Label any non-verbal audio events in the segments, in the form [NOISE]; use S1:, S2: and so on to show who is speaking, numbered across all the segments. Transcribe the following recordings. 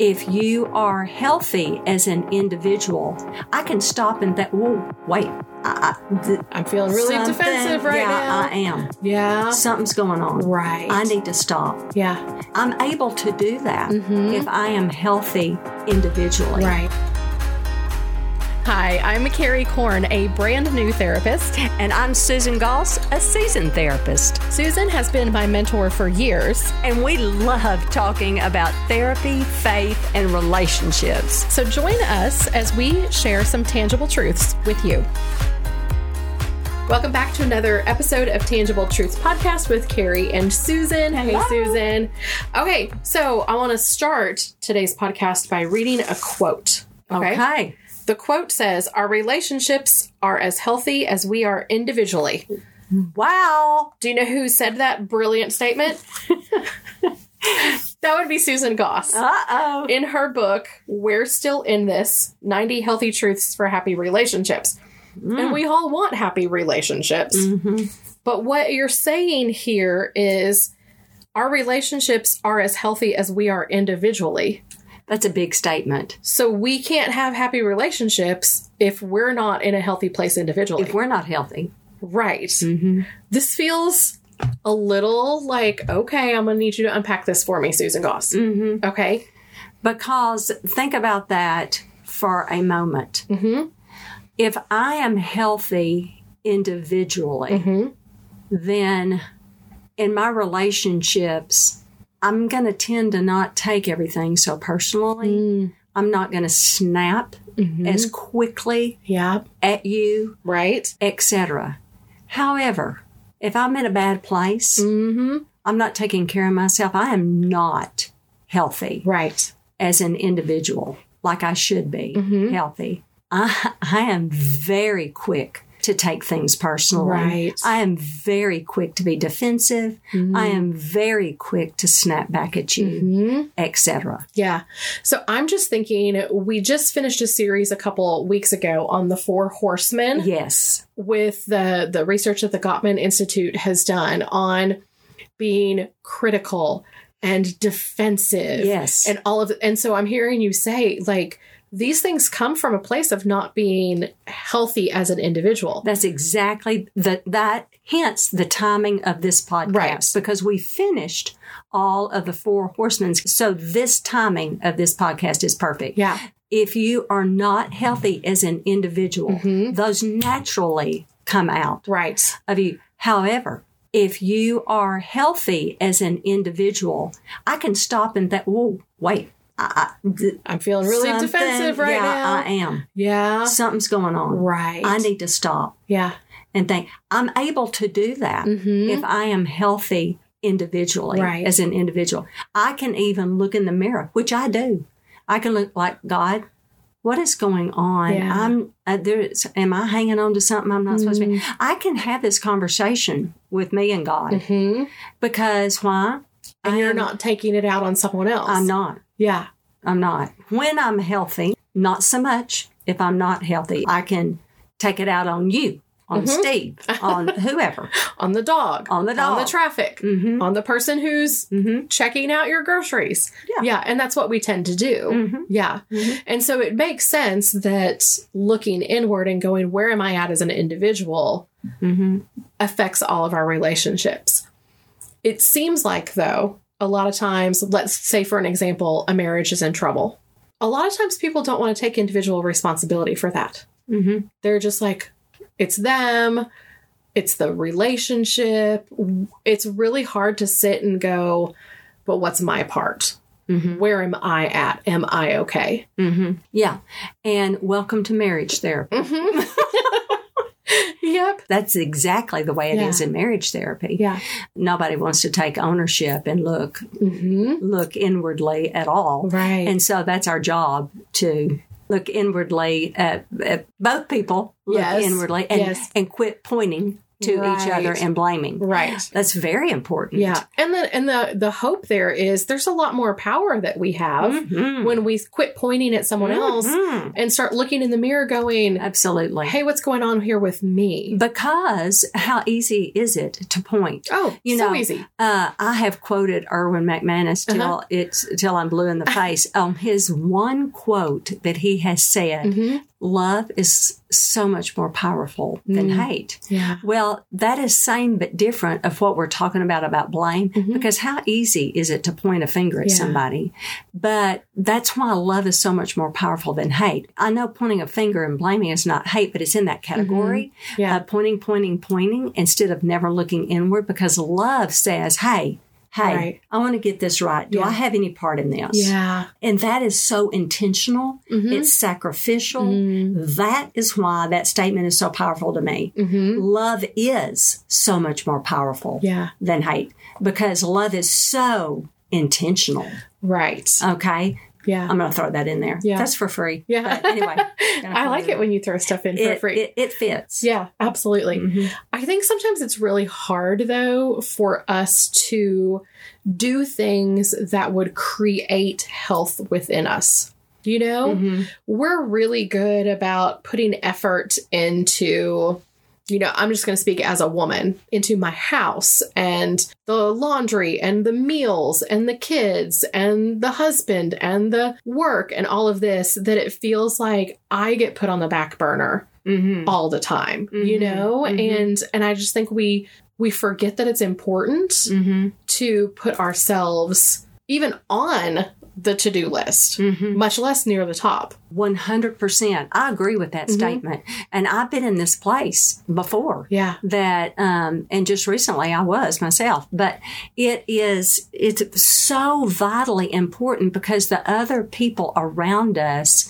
S1: if you are healthy as an individual, I can stop and think, whoa, wait. I, I, th-
S2: I'm feeling really
S1: something-
S2: defensive right
S1: yeah,
S2: now.
S1: I am.
S2: yeah.
S1: Something's going on.
S2: Right.
S1: I need to stop.
S2: yeah.
S1: I'm able to do that
S2: Mhm.
S1: if I am healthy individually.
S2: Right. Hi, I'm Carrie Korn, a brand new therapist.
S1: And I'm Susan Goss, a seasoned therapist.
S2: Susan has been my mentor for years.
S1: And we love talking about therapy, faith, and relationships.
S2: So join us as we share some tangible truths with you. Welcome back to another episode of Tangible Truths Podcast with Carrie and Susan. Hey,
S1: Hello.
S2: Susan. Okay, so I want to start today's podcast by reading a quote.
S1: Okay.
S2: The quote says, Our relationships are as healthy as we are individually.
S1: Wow.
S2: Do you know who said that brilliant statement? that would be Susan Goss.
S1: Uh oh.
S2: In her book, We're Still in This 90 Healthy Truths for Happy Relationships. And we all want happy relationships. But what you're saying here is our relationships are as healthy as we are individually.
S1: That's a big statement.
S2: So we can't have happy relationships if we're not in a healthy place individually.
S1: If we're not healthy,
S2: Right. This feels a little like, okay, I'm going to need you to unpack this for me, Susan Goss. Mm-hmm. Okay.
S1: because think about that for a moment. If I am healthy individually, then in my relationships, I'm going to tend to not take everything so personally. I'm not going to snap as quickly
S2: Yeah.
S1: at you,
S2: Right.
S1: etc. However, if I'm in a bad place, I'm not taking care of myself. I am not healthy
S2: Right.
S1: as an individual, like I should be
S2: Mm-hmm.
S1: healthy. I, I am very quick to take things personally.
S2: Right. Mm-hmm.
S1: I am very quick to be defensive. I am very quick to snap back at you,
S2: Mm-hmm.
S1: etc.
S2: Yeah. So I'm just thinking, we just finished a series a couple weeks ago on the four horsemen
S1: Yes.
S2: with the, the research that the Gottman Institute has done on being critical and defensive.
S1: Yes.
S2: and all of and so i'm hearing you say like these things come from a place of not being healthy as an individual
S1: That's exactly the, that. Hence the timing of this podcast
S2: Right.
S1: because we finished all of the four horsemen. So this timing of this podcast is perfect.
S2: yeah
S1: if you are not healthy as an individual,
S2: Mm-hmm.
S1: those naturally come out
S2: right
S1: of you. However, if you are healthy as an individual, I can stop and think, whoa, wait, I, I, th-
S2: i'm feeling really
S1: something-
S2: defensive right
S1: yeah,
S2: now
S1: I am.
S2: yeah
S1: Something's going on.
S2: right
S1: I need to stop
S2: yeah Mm-hmm.
S1: and think. I'm able to do that if I am healthy individually
S2: Right.
S1: as an individual. I can even look in the mirror, which I do. I can look like God. What is going on?
S2: Yeah.
S1: I'm uh, there. Is, am I hanging on to something I'm not supposed to
S2: Mm-hmm.
S1: be? I can have this conversation with me and God
S2: hmm
S1: because why?
S2: and you're
S1: am-
S2: not taking it out on someone else
S1: I'm not.
S2: yeah
S1: I'm not. When I'm healthy, not so much. If I'm not healthy, I can take it out on you, on
S2: Mm-hmm.
S1: Steve,
S2: [LAUGHS]
S1: on whoever.
S2: on the dog
S1: On the
S2: on the
S1: dog.
S2: traffic
S1: Mhm.
S2: on the person who's
S1: Mhm.
S2: checking out your groceries
S1: Yeah.
S2: yeah and that's what we tend to do
S1: Mhm.
S2: yeah
S1: Mhm.
S2: and so it makes sense that looking inward and going where am i at as an individual
S1: Mm-hmm.
S2: affects all of our relationships. It seems like, though, a lot of times, let's say for an example, a marriage is in trouble. A lot of times people don't want to take individual responsibility for that.
S1: Mm-hmm.
S2: They're just like, it's them, it's the relationship. It's really hard to sit and go, but what's my part?
S1: Mhm.
S2: Where am I at? Am I okay?
S1: hmm Yeah. And welcome to marriage therapy.
S2: Mm-hmm. [LAUGHS] Yep.
S1: That's exactly the way it is
S2: Yeah.
S1: in marriage therapy.
S2: Yeah.
S1: Nobody wants to take ownership and look
S2: Mm-hmm.
S1: look inwardly at all.
S2: Right.
S1: And so that's our job to look inwardly at, at both people, look
S2: Yes.
S1: inwardly and,
S2: Yes.
S1: and quit pointing to each
S2: Right.
S1: other and blaming.
S2: Right.
S1: That's very important.
S2: Yeah. And the and the the hope there is there's a lot more power that we have
S1: Mhm.
S2: when we quit pointing at someone else
S1: Mhm.
S2: and start looking in the mirror going,
S1: Absolutely.
S2: "Hey, what's going on here with me?"
S1: Because how easy is it to point?
S2: Oh,
S1: You
S2: so
S1: know,
S2: easy.
S1: Uh, I have quoted Erwin McManus till
S2: Uh-huh.
S1: it's till I'm blue in
S2: [LAUGHS]
S1: the face on his one quote that he has said.
S2: hmm
S1: Love is so much more powerful than
S2: Mm-hmm.
S1: hate.
S2: Yeah.
S1: Well, that is same but different of what we're talking about about blame because how easy is it to point a finger at
S2: Mm-hmm. Yeah.
S1: somebody? But that's why love is so much more powerful than hate. I know pointing a finger and blaming is not hate, but it's in that category.
S2: Yeah.
S1: Uh, pointing, pointing, pointing instead of never looking inward because love says, hey, hey,
S2: Right.
S1: I want to get this right. Do
S2: Yeah.
S1: I have any part in this?
S2: Yeah.
S1: And that is so intentional.
S2: Mm-hmm.
S1: It's sacrificial. That is why that statement is so powerful to me. Love is so much more powerful
S2: Mm-hmm. Yeah.
S1: than hate because love is so intentional.
S2: Right.
S1: Okay.
S2: yeah.
S1: I'm going to throw that in there.
S2: Yeah.
S1: That's for
S2: [LAUGHS]
S1: free.
S2: Yeah.
S1: But anyway,
S2: I like it when you throw stuff in for
S1: it,
S2: free.
S1: it, it fits.
S2: yeah, absolutely.
S1: Mhm.
S2: I think sometimes it's really hard though for us to do things that would create health within us. You know,
S1: Mhm.
S2: we're really good about putting effort into you know, I'm just going to speak as a woman into my house and the laundry and the meals and the kids and the husband and the work and all of this that it feels like I get put on the back burner
S1: Mhm.
S2: all the time you
S1: Mhm,
S2: know
S1: mhm.
S2: and and i just think we we forget that it's important
S1: Mhm.
S2: to put ourselves even on the to-do list
S1: Mhm.
S2: much less near the top
S1: 100%. I agree with that
S2: Mhm.
S1: statement. And I've been in this place before.
S2: yeah
S1: that um and just recently I was myself but it is it's so vitally important because the other people around us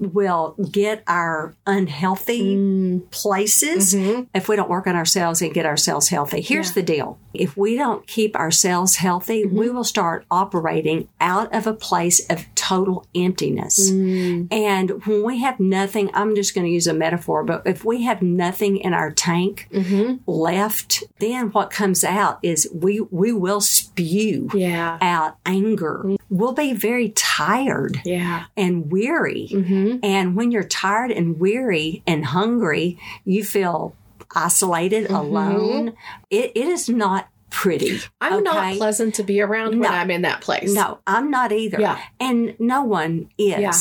S1: will get our unhealthy
S2: Mm-hmm.
S1: places
S2: Mhm.
S1: if we don't work on ourselves and get ourselves healthy here's
S2: Yeah.
S1: the deal if we don't keep ourselves healthy we will start operating out of a place of total emptiness
S2: Mm-hmm.
S1: and when we have nothing, I'm just going to use a metaphor, but if we have nothing in our tank
S2: Mhm.
S1: left, then what comes out is we, we will spew
S2: yeah
S1: out anger. We'll be very tired
S2: yeah
S1: and weary.
S2: Mhm.
S1: And when you're tired and weary and hungry, you feel isolated, alone. It, it is not pretty.
S2: i'm not
S1: okay?
S2: pleasant to be around
S1: No.
S2: when i'm in that place
S1: No, I'm not either.
S2: Yeah.
S1: And no one is.
S2: Yeah.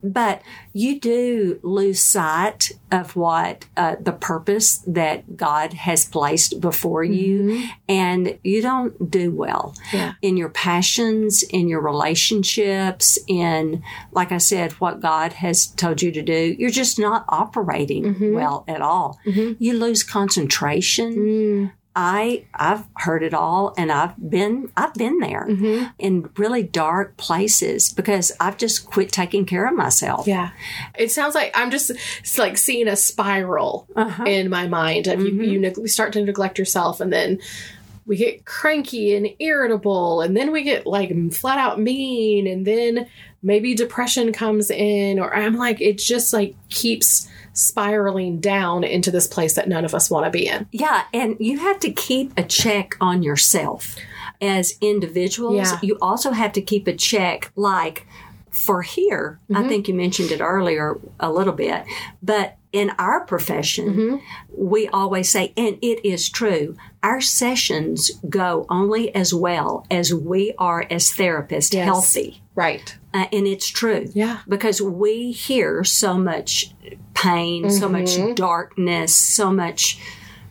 S1: But you do lose sight of what uh, the purpose that God has placed before you. And you don't do well
S2: Mm-hmm. yeah
S1: in your passions, in your relationships, in, like I said, what God has told you to do. You're just not operating
S2: Mm-hmm.
S1: well at all. You lose concentration.
S2: Mm-hmm.
S1: I I've heard it all and I've been I've been there
S2: Mm-hmm.
S1: in really dark places because I've just quit taking care of myself.
S2: yeah it sounds like i'm just it's like seeing a spiral
S1: Uh-huh.
S2: in my mind. If you, you neg- start to neglect yourself, and then we get cranky and irritable, and then we get like flat out mean, and then maybe depression comes in, or I'm like, it just like keeps spiraling down into this place that none of us want to be in.
S1: Yeah, and you have to keep a check on yourself as individuals.
S2: Yeah.
S1: You also have to keep a check, like for here,
S2: Mm-hmm.
S1: I think you mentioned it earlier a little bit, but in our profession,
S2: Mm-hmm.
S1: we always say, and it is true, our sessions go only as well as we are as therapists
S2: Yes.
S1: healthy.
S2: Right.
S1: Uh, and it's true.
S2: Yeah.
S1: because we hear so much pain, so
S2: Mm-hmm.
S1: much darkness, so much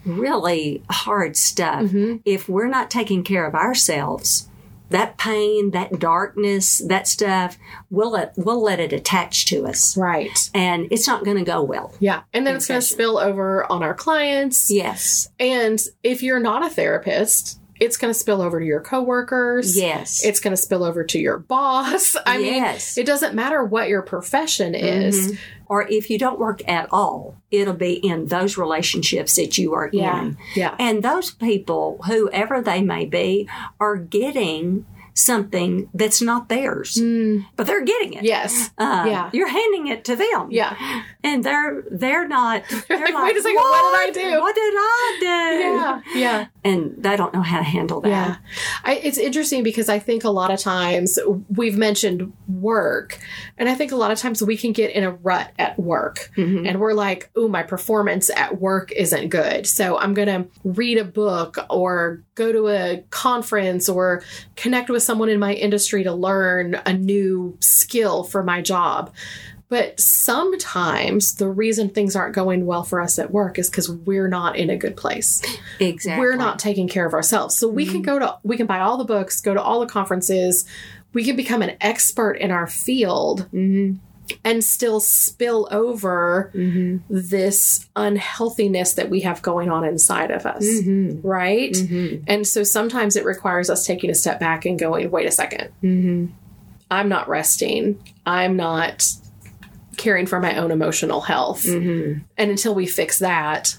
S1: really hard stuff.
S2: Mm-hmm.
S1: If we're not taking care of ourselves, that pain, that darkness, that stuff, we'll let, we'll let it attach to us.
S2: Right.
S1: And it's not going to go well.
S2: Yeah. And then it's going to
S1: Exactly.
S2: spill over on our clients.
S1: Yes.
S2: And if you're not a therapist, it's going to spill over to your coworkers.
S1: Yes.
S2: It's going to spill over to your boss. [LAUGHS] I
S1: Yes. Mm-hmm.
S2: mean, it doesn't matter what your profession is.
S1: or if you don't work at all, it'll be in those relationships that you are in.
S2: Yeah.
S1: And those people, whoever they may be, are getting something that's not theirs,
S2: Mm.
S1: but they're getting it.
S2: Yes.
S1: Uh,
S2: Yeah.
S1: you're handing it to them.
S2: Yeah.
S1: and they're they're not.
S2: [LAUGHS]
S1: They're
S2: like, "Wait a second, what did I do?"
S1: What did I do?
S2: [LAUGHS] Yeah. Yeah.
S1: and they don't know how to handle that.
S2: Yeah. I, it's interesting because I think a lot of times we've mentioned work, and I think a lot of times we can get in a rut at work.
S1: Mhm.
S2: And we're like, oh, my performance at work isn't good. So I'm going to read a book or go to a conference or connect with someone in my industry to learn a new skill for my job. But sometimes the reason things aren't going well for us at work is because we're not in a good place
S1: Exactly.
S2: we're not taking care of ourselves. So we can go to we can buy all the books, go to all the conferences, we can become an expert in our field
S1: Mhm.
S2: and still spill over
S1: Mhm.
S2: this unhealthiness that we have going on inside of us.
S1: Mhm.
S2: Right?
S1: Mhm.
S2: And so sometimes it requires us taking a step back and going, wait a second,
S1: Mhm.
S2: I'm not resting. I'm not caring for my own emotional health.
S1: Mhm.
S2: And until we fix that,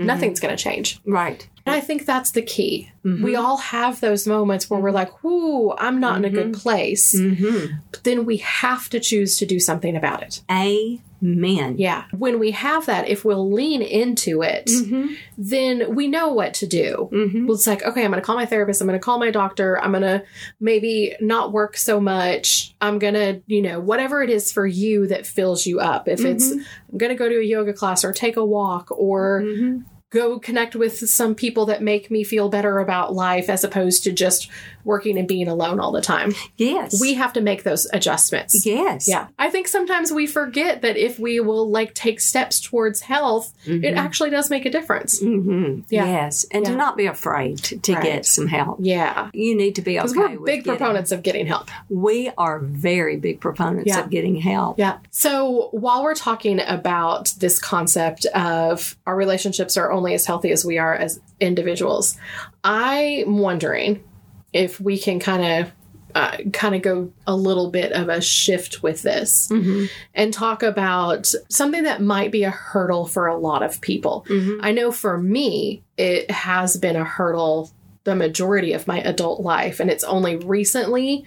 S2: nothing's going to change.
S1: Right.
S2: And I think that's the key.
S1: Mm-hmm.
S2: We all have those moments where we're like, whoo, I'm not in a good place.
S1: Mm-hmm.
S2: But then we have to choose to do something about it.
S1: Amen.
S2: Yeah. When we have that, if we'll lean into it,
S1: Mm-hmm.
S2: then we know what to do. Well, It's like, okay, I'm going to call my therapist. I'm going to call my doctor. I'm going to maybe not work so much. I'm going to, you know, whatever it is for you that fills you up. If
S1: Mm-hmm.
S2: it's, I'm going to go to a yoga class or take a walk or
S1: Mhm.
S2: go connect with some people that make me feel better about life as opposed to just working and being alone all the time.
S1: Yes.
S2: We have to make those adjustments.
S1: Yes.
S2: Yeah. I think sometimes we forget that if we will like take steps towards health, it
S1: Mm-hmm.
S2: actually does make a difference.
S1: hmm
S2: Yeah.
S1: Yes. And
S2: Yeah.
S1: to not be afraid to to
S2: Right.
S1: get some help.
S2: Yeah.
S1: You need to be okay.
S2: Because we're
S1: with
S2: big
S1: getting-
S2: proponents of getting help.
S1: We are very big proponents
S2: Yeah.
S1: of getting help.
S2: Yeah. So while we're talking about this concept of our relationships are only as healthy as we are as individuals, I'm wondering if we can kind of uh, kind of go a little bit of a shift with this
S1: Mhm.
S2: and talk about something that might be a hurdle for a lot of people.
S1: Mhm.
S2: I know for me, it has been a hurdle the majority of my adult life, and it's only recently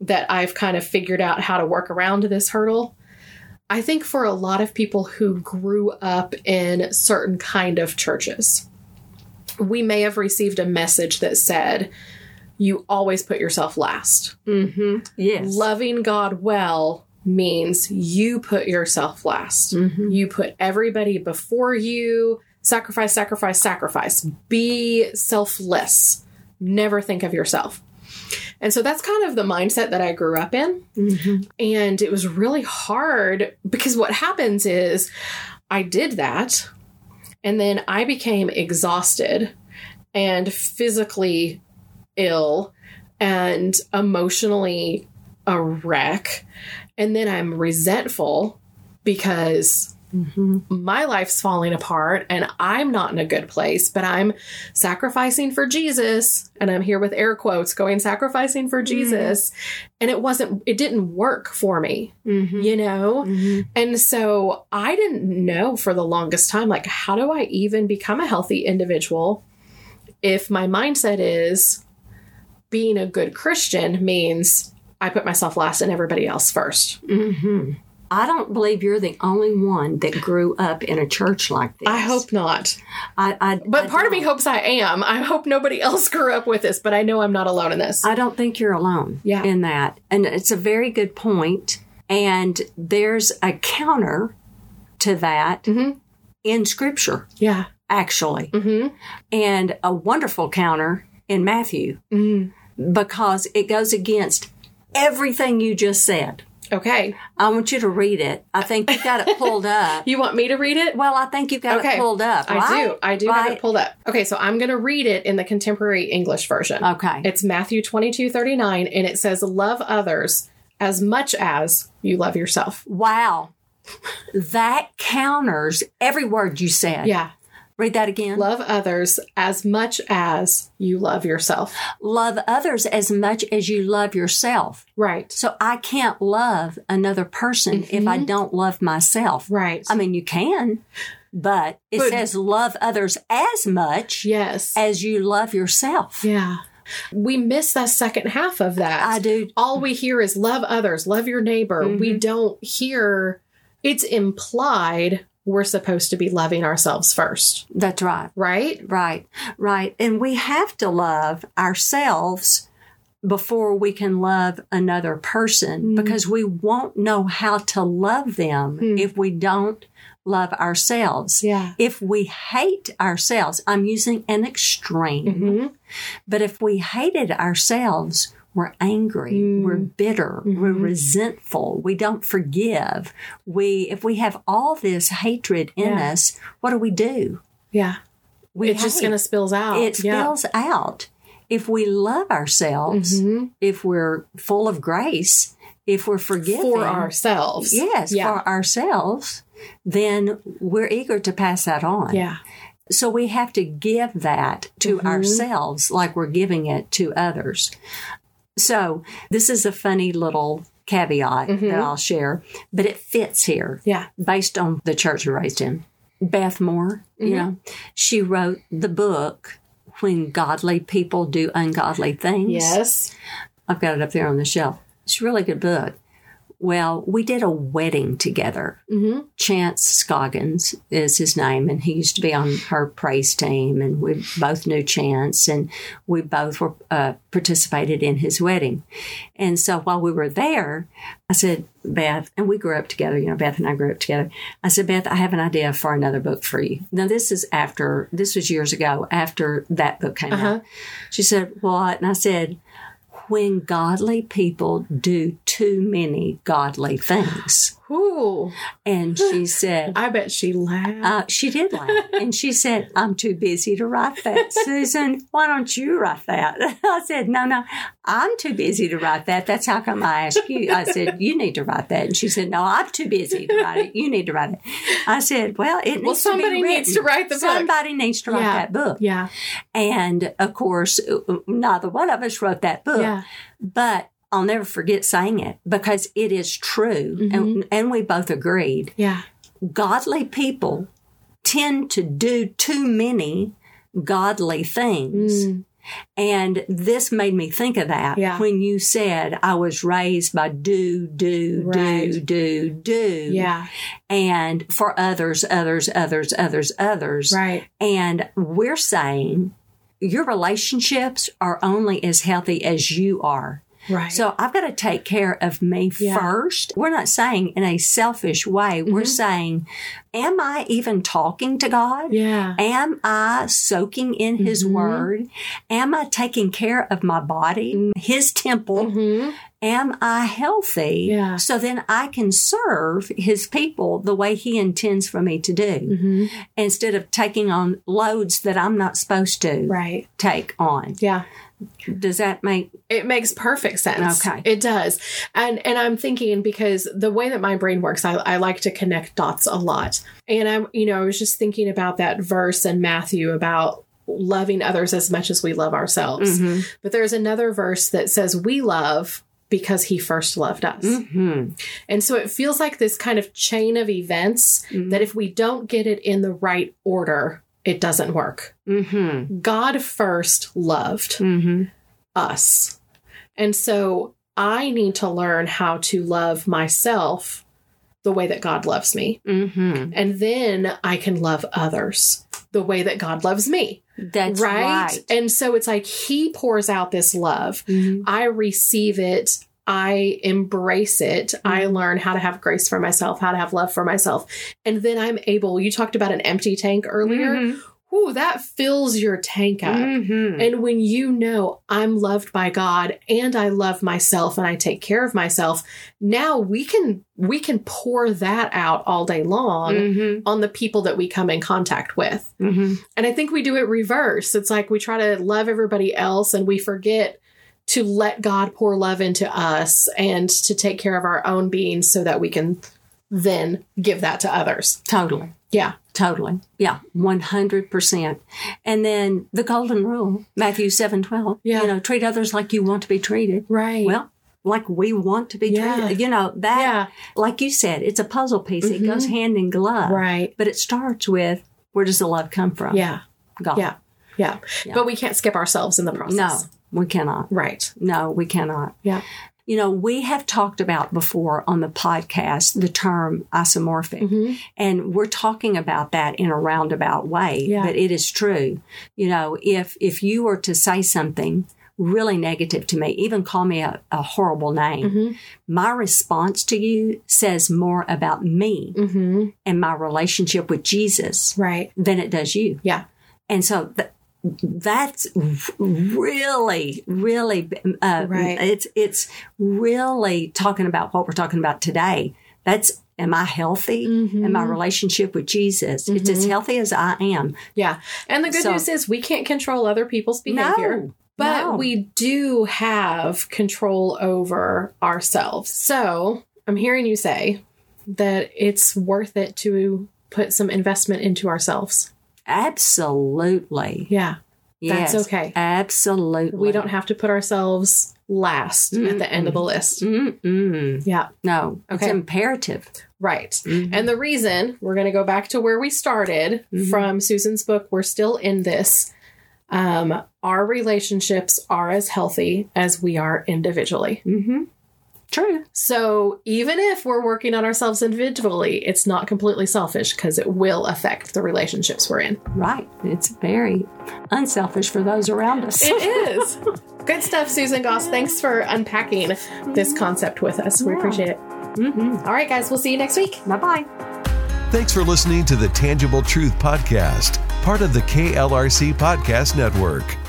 S2: that I've kind of figured out how to work around this hurdle. I think for a lot of people who grew up in certain kind of churches, we may have received a message that said, you always put yourself last. Mm-hmm.
S1: Mhm. Yes.
S2: Loving God well means you put yourself last.
S1: Mhm.
S2: You put everybody before you. Sacrifice, sacrifice, sacrifice. Be selfless. Never think of yourself. And so that's kind of the mindset that I grew up in.
S1: Mhm.
S2: And it was really hard because what happens is I did that and then I became exhausted and physically ill and emotionally a wreck. And then I'm resentful because
S1: Mhm.
S2: my life's falling apart and I'm not in a good place, but I'm sacrificing for Jesus. And I'm here with air quotes going sacrificing for Jesus. And it wasn't, it didn't work for me,
S1: Mhm.
S2: you know?
S1: Mhm.
S2: And so I didn't know for the longest time, like, how do I even become a healthy individual if my mindset is being a good Christian means I put myself last and everybody else first?
S1: Mhm. I don't believe you're the only one that grew up in a church like this.
S2: I hope not.
S1: I, I
S2: But
S1: I
S2: part of
S1: don't.
S2: me hopes I am. I hope nobody else grew up with this, but I know I'm not alone in this.
S1: I don't think you're alone
S2: Yeah.
S1: in that. And it's a very good point. And there's a counter to that
S2: Mhm.
S1: in scripture,
S2: yeah.
S1: actually,
S2: Mm-hmm.
S1: and a wonderful counter in Matthew
S2: Mm.
S1: because it goes against everything you just said.
S2: Okay.
S1: I want you to read it. I think you got it
S2: [LAUGHS]
S1: pulled up.
S2: You want me to read it?
S1: Well, I think you got
S2: Okay.
S1: it pulled up.
S2: I
S1: Right?
S2: do. I do have it
S1: Right.
S2: pulled up. Okay, so I'm going to read it in the contemporary English version.
S1: Okay.
S2: It's Matthew 22 39, and it says, Love others as much as you love yourself.
S1: wow. That counters every word you said.
S2: Yeah.
S1: Read that again.
S2: Love others as much as you love yourself.
S1: love others as much as you love yourself.
S2: Right.
S1: So I can't love another person if I don't love myself.
S2: Right.
S1: I mean, you can, but it
S2: But-
S1: says love others as much
S2: yes.
S1: as you love yourself.
S2: yeah. We miss that second half of that.
S1: I do. Mm-hmm.
S2: All we hear is love others, love your neighbor. We don't hear it's implied we're supposed to be loving ourselves first,
S1: That's right.
S2: right?
S1: Right. Right. And we have to love ourselves before we can love another person because we won't know how to love them if we don't love ourselves.
S2: Yeah.
S1: If we hate ourselves, I'm using an extreme,
S2: Mm-hmm.
S1: but if we hated ourselves, we're angry,
S2: Mm.
S1: we're bitter, we're
S2: Mm-hmm.
S1: resentful, we don't forgive. We if we have all this hatred in
S2: Yeah.
S1: us, what do we do?
S2: Yeah.
S1: We
S2: it's just
S1: hate
S2: going to spills out.
S1: it
S2: Yeah.
S1: spills out. If we love ourselves,
S2: Mm-hmm.
S1: if we're full of grace, if we're forgiving
S2: for ourselves.
S1: yes,
S2: Yeah.
S1: for ourselves, then we're eager to pass that on.
S2: yeah.
S1: So we have to give that to ourselves like we're giving it to others. So this is a funny little caveat that I'll share, but it fits here
S2: Yeah.
S1: based on the church I raised in. Beth Moore, you know, she wrote the book When Godly People Do Ungodly Things.
S2: Yes.
S1: I've got it up there on the shelf. It's a really good book. Well, we did a wedding together. Mm-hmm. Chance Scoggins is his name, and he used to be on her praise team, and we both knew Chance, and we both were uh, participated in his wedding. And so while we were there, I said, Beth, and we grew up together. You know, Beth and I grew up together. I said, Beth, I have an idea for another book for you. Now, this is after this was years ago, after that book came out. She said, What? And I said when godly people do too many godly things.
S2: Ooh.
S1: And
S2: [LAUGHS]
S1: she said,
S2: I bet she laughed.
S1: uh, she did laugh. And she said, I'm too busy to write that. Susan, why don't you write that? [LAUGHS] I said, No, no, I'm too busy to write that. That's how come I asked you. I said, You need to write that. And she said, No, I'm too busy to write it. You need to write it. I said, Well, it needs
S2: well,
S1: to be
S2: somebody
S1: written.
S2: needs to write the book.
S1: Somebody needs to write
S2: Yeah.
S1: that book.
S2: Yeah.
S1: And of course, uh, neither one of us wrote that book.
S2: Yeah.
S1: but I'll never forget saying it because it is true.
S2: Mm-hmm.
S1: And, and we both agreed.
S2: Yeah.
S1: Godly people tend to do too many godly things. And this made me think of that
S2: Mm. Yeah.
S1: when you said, I was raised by do, do, do,
S2: Right.
S1: do, do.
S2: Yeah.
S1: And for others, others, others, others, others.
S2: Right.
S1: And we're saying your relationships are only as healthy as you are.
S2: Right.
S1: So I've got to take care of me
S2: Yeah. Mm-hmm.
S1: first. We're not saying in a selfish way. We're saying, am I even talking to God?
S2: yeah. Mm-hmm.
S1: Am I soaking in His Word? Am I taking care of my body, His temple?
S2: hmm
S1: Am I healthy?
S2: Yeah.
S1: So then I can serve His people the way He intends for me to do
S2: Mm-hmm.
S1: instead of taking on loads that I'm not supposed to
S2: Right.
S1: take on.
S2: Yeah.
S1: Does that make
S2: It makes perfect sense.
S1: Okay.
S2: It does. And and I'm thinking because the way that my brain works, I, I like to connect dots a lot. And I'm you know, I was just thinking about that verse in Matthew about loving others as much as we love ourselves.
S1: Mm-hmm.
S2: But there's another verse that says we love because he first loved us.
S1: Mhm.
S2: And so it feels like this kind of chain of events that if we don't get it in the right order, it doesn't work.
S1: Mhm.
S2: God first loved
S1: Mhm.
S2: us. And so I need to learn how to love myself the way that God loves me.
S1: Mhm.
S2: And then I can love others the way that God loves me.
S1: That's
S2: right?
S1: right.
S2: And so it's like He pours out this love.
S1: Mhm.
S2: I receive it. I embrace it. I
S1: Mm-hmm.
S2: learn how to have grace for myself, how to have love for myself. And then I'm able, you talked about an empty tank earlier.
S1: Mhm.
S2: Whew, that fills your tank up.
S1: Mhm.
S2: And when you know I'm loved by God and I love myself and I take care of myself, now we can we can pour that out all day long
S1: Mhm.
S2: on the people that we come in contact with.
S1: Mhm.
S2: And I think we do it reverse. It's like we try to love everybody else and we forget to let God pour love into us and to take care of our own being so that we can then give that to others.
S1: Totally.
S2: Yeah.
S1: Totally. Yeah. 100%. And then the golden rule, Matthew seven twelve.
S2: Yeah.
S1: You know, treat others like you want to be treated.
S2: Right.
S1: Well, like we want to be
S2: Yeah.
S1: treated. You know, that,
S2: yeah.
S1: like you said, it's a puzzle piece. It
S2: Mhm.
S1: goes hand in glove.
S2: Right.
S1: But it starts with where does the love come from?
S2: Yeah.
S1: God.
S2: Yeah. Yeah.
S1: Yeah.
S2: But we can't skip ourselves in the process.
S1: No, We cannot.
S2: Right.
S1: No, we cannot.
S2: Yeah.
S1: You know, we have talked about before on the podcast the term isomorphic,
S2: Mm-hmm.
S1: and we're talking about that in a roundabout way,
S2: Yeah.
S1: but it is true. You know, if if you were to say something really negative to me, even call me a, a horrible
S2: Mm-hmm.
S1: name, my response to you says more about me
S2: Mm-hmm.
S1: and my relationship with Jesus
S2: Right.
S1: than it does you.
S2: Yeah.
S1: And so th- that's r- really, really, uh,
S2: Right.
S1: it's it's really talking about what we're talking about today. That's am I healthy? And
S2: Mm-hmm.
S1: my relationship with Jesus? It's as healthy as I am.
S2: Yeah. And the good
S1: So-
S2: news is we can't control other people's behavior.
S1: No,
S2: But
S1: no.
S2: we do have control over ourselves. So I'm hearing you say that it's worth it to put some investment into ourselves.
S1: Absolutely.
S2: Yeah. That's
S1: Yes,
S2: okay.
S1: Absolutely.
S2: We don't have to put ourselves last at the end of the list.
S1: Mm-mm.
S2: Yeah.
S1: No, it's
S2: Okay.
S1: imperative.
S2: Right. And the reason we're going to go back to where we started from Susan's book, We're Still in This. Um, our relationships are as healthy as we are individually.
S1: Mm-hmm. True.
S2: So even if we're working on ourselves individually, it's not completely selfish because it will affect the relationships we're in.
S1: Right. It's very unselfish for those around us.
S2: It is. [LAUGHS] Good stuff, Susan Goss. Thanks for unpacking this concept with us. We
S1: Yeah.
S2: appreciate it.
S1: Mm-hmm.
S2: All right, guys, we'll see you next week.
S1: bye bye.
S3: Thanks for listening to the Tangible Truth Podcast, part of the KLRC Podcast Network.